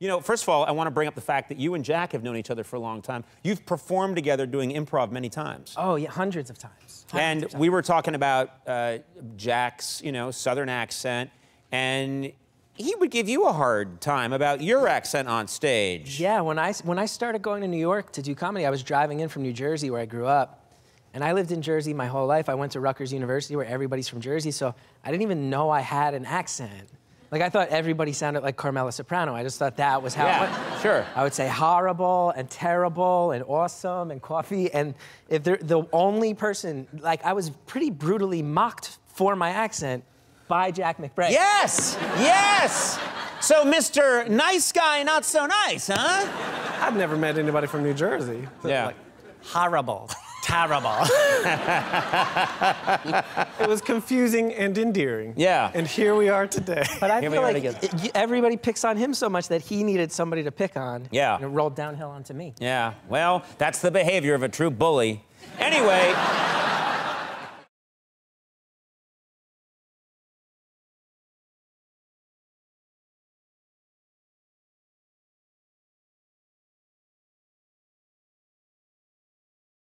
You know, first of all, I want to bring up the fact that you and Jack have known each other for a long time. You've performed together doing improv many times. Oh, yeah, hundreds of times. and we were talking about uh, Jack's, you know, southern accent, and he would give you a hard time about your accent on stage. Yeah, when I when I started going to New York to do comedy, I was driving in from New Jersey where I grew up. And I lived in Jersey my whole life. I went to Rutgers University where everybody's from Jersey, so I didn't even know I had an accent. Like I thought everybody sounded like Carmela Soprano. I just thought that was how it went. Yeah, sure. I would say horrible and terrible and awesome and coffee. And if they're the only person, like I was pretty brutally mocked for my accent by Jack McBride. Yes, yes. So, Mr. Nice Guy, not so nice, huh? I've never met anybody from New Jersey. Yeah. Like, Horrible. Terrible. it was confusing and endearing. Yeah. And here we are today. But I Here we feel are like together. it- you- everybody picks on him so much that he needed somebody to pick on. Yeah. And it rolled downhill onto me. Yeah, well, that's the behavior of a true bully. Anyway,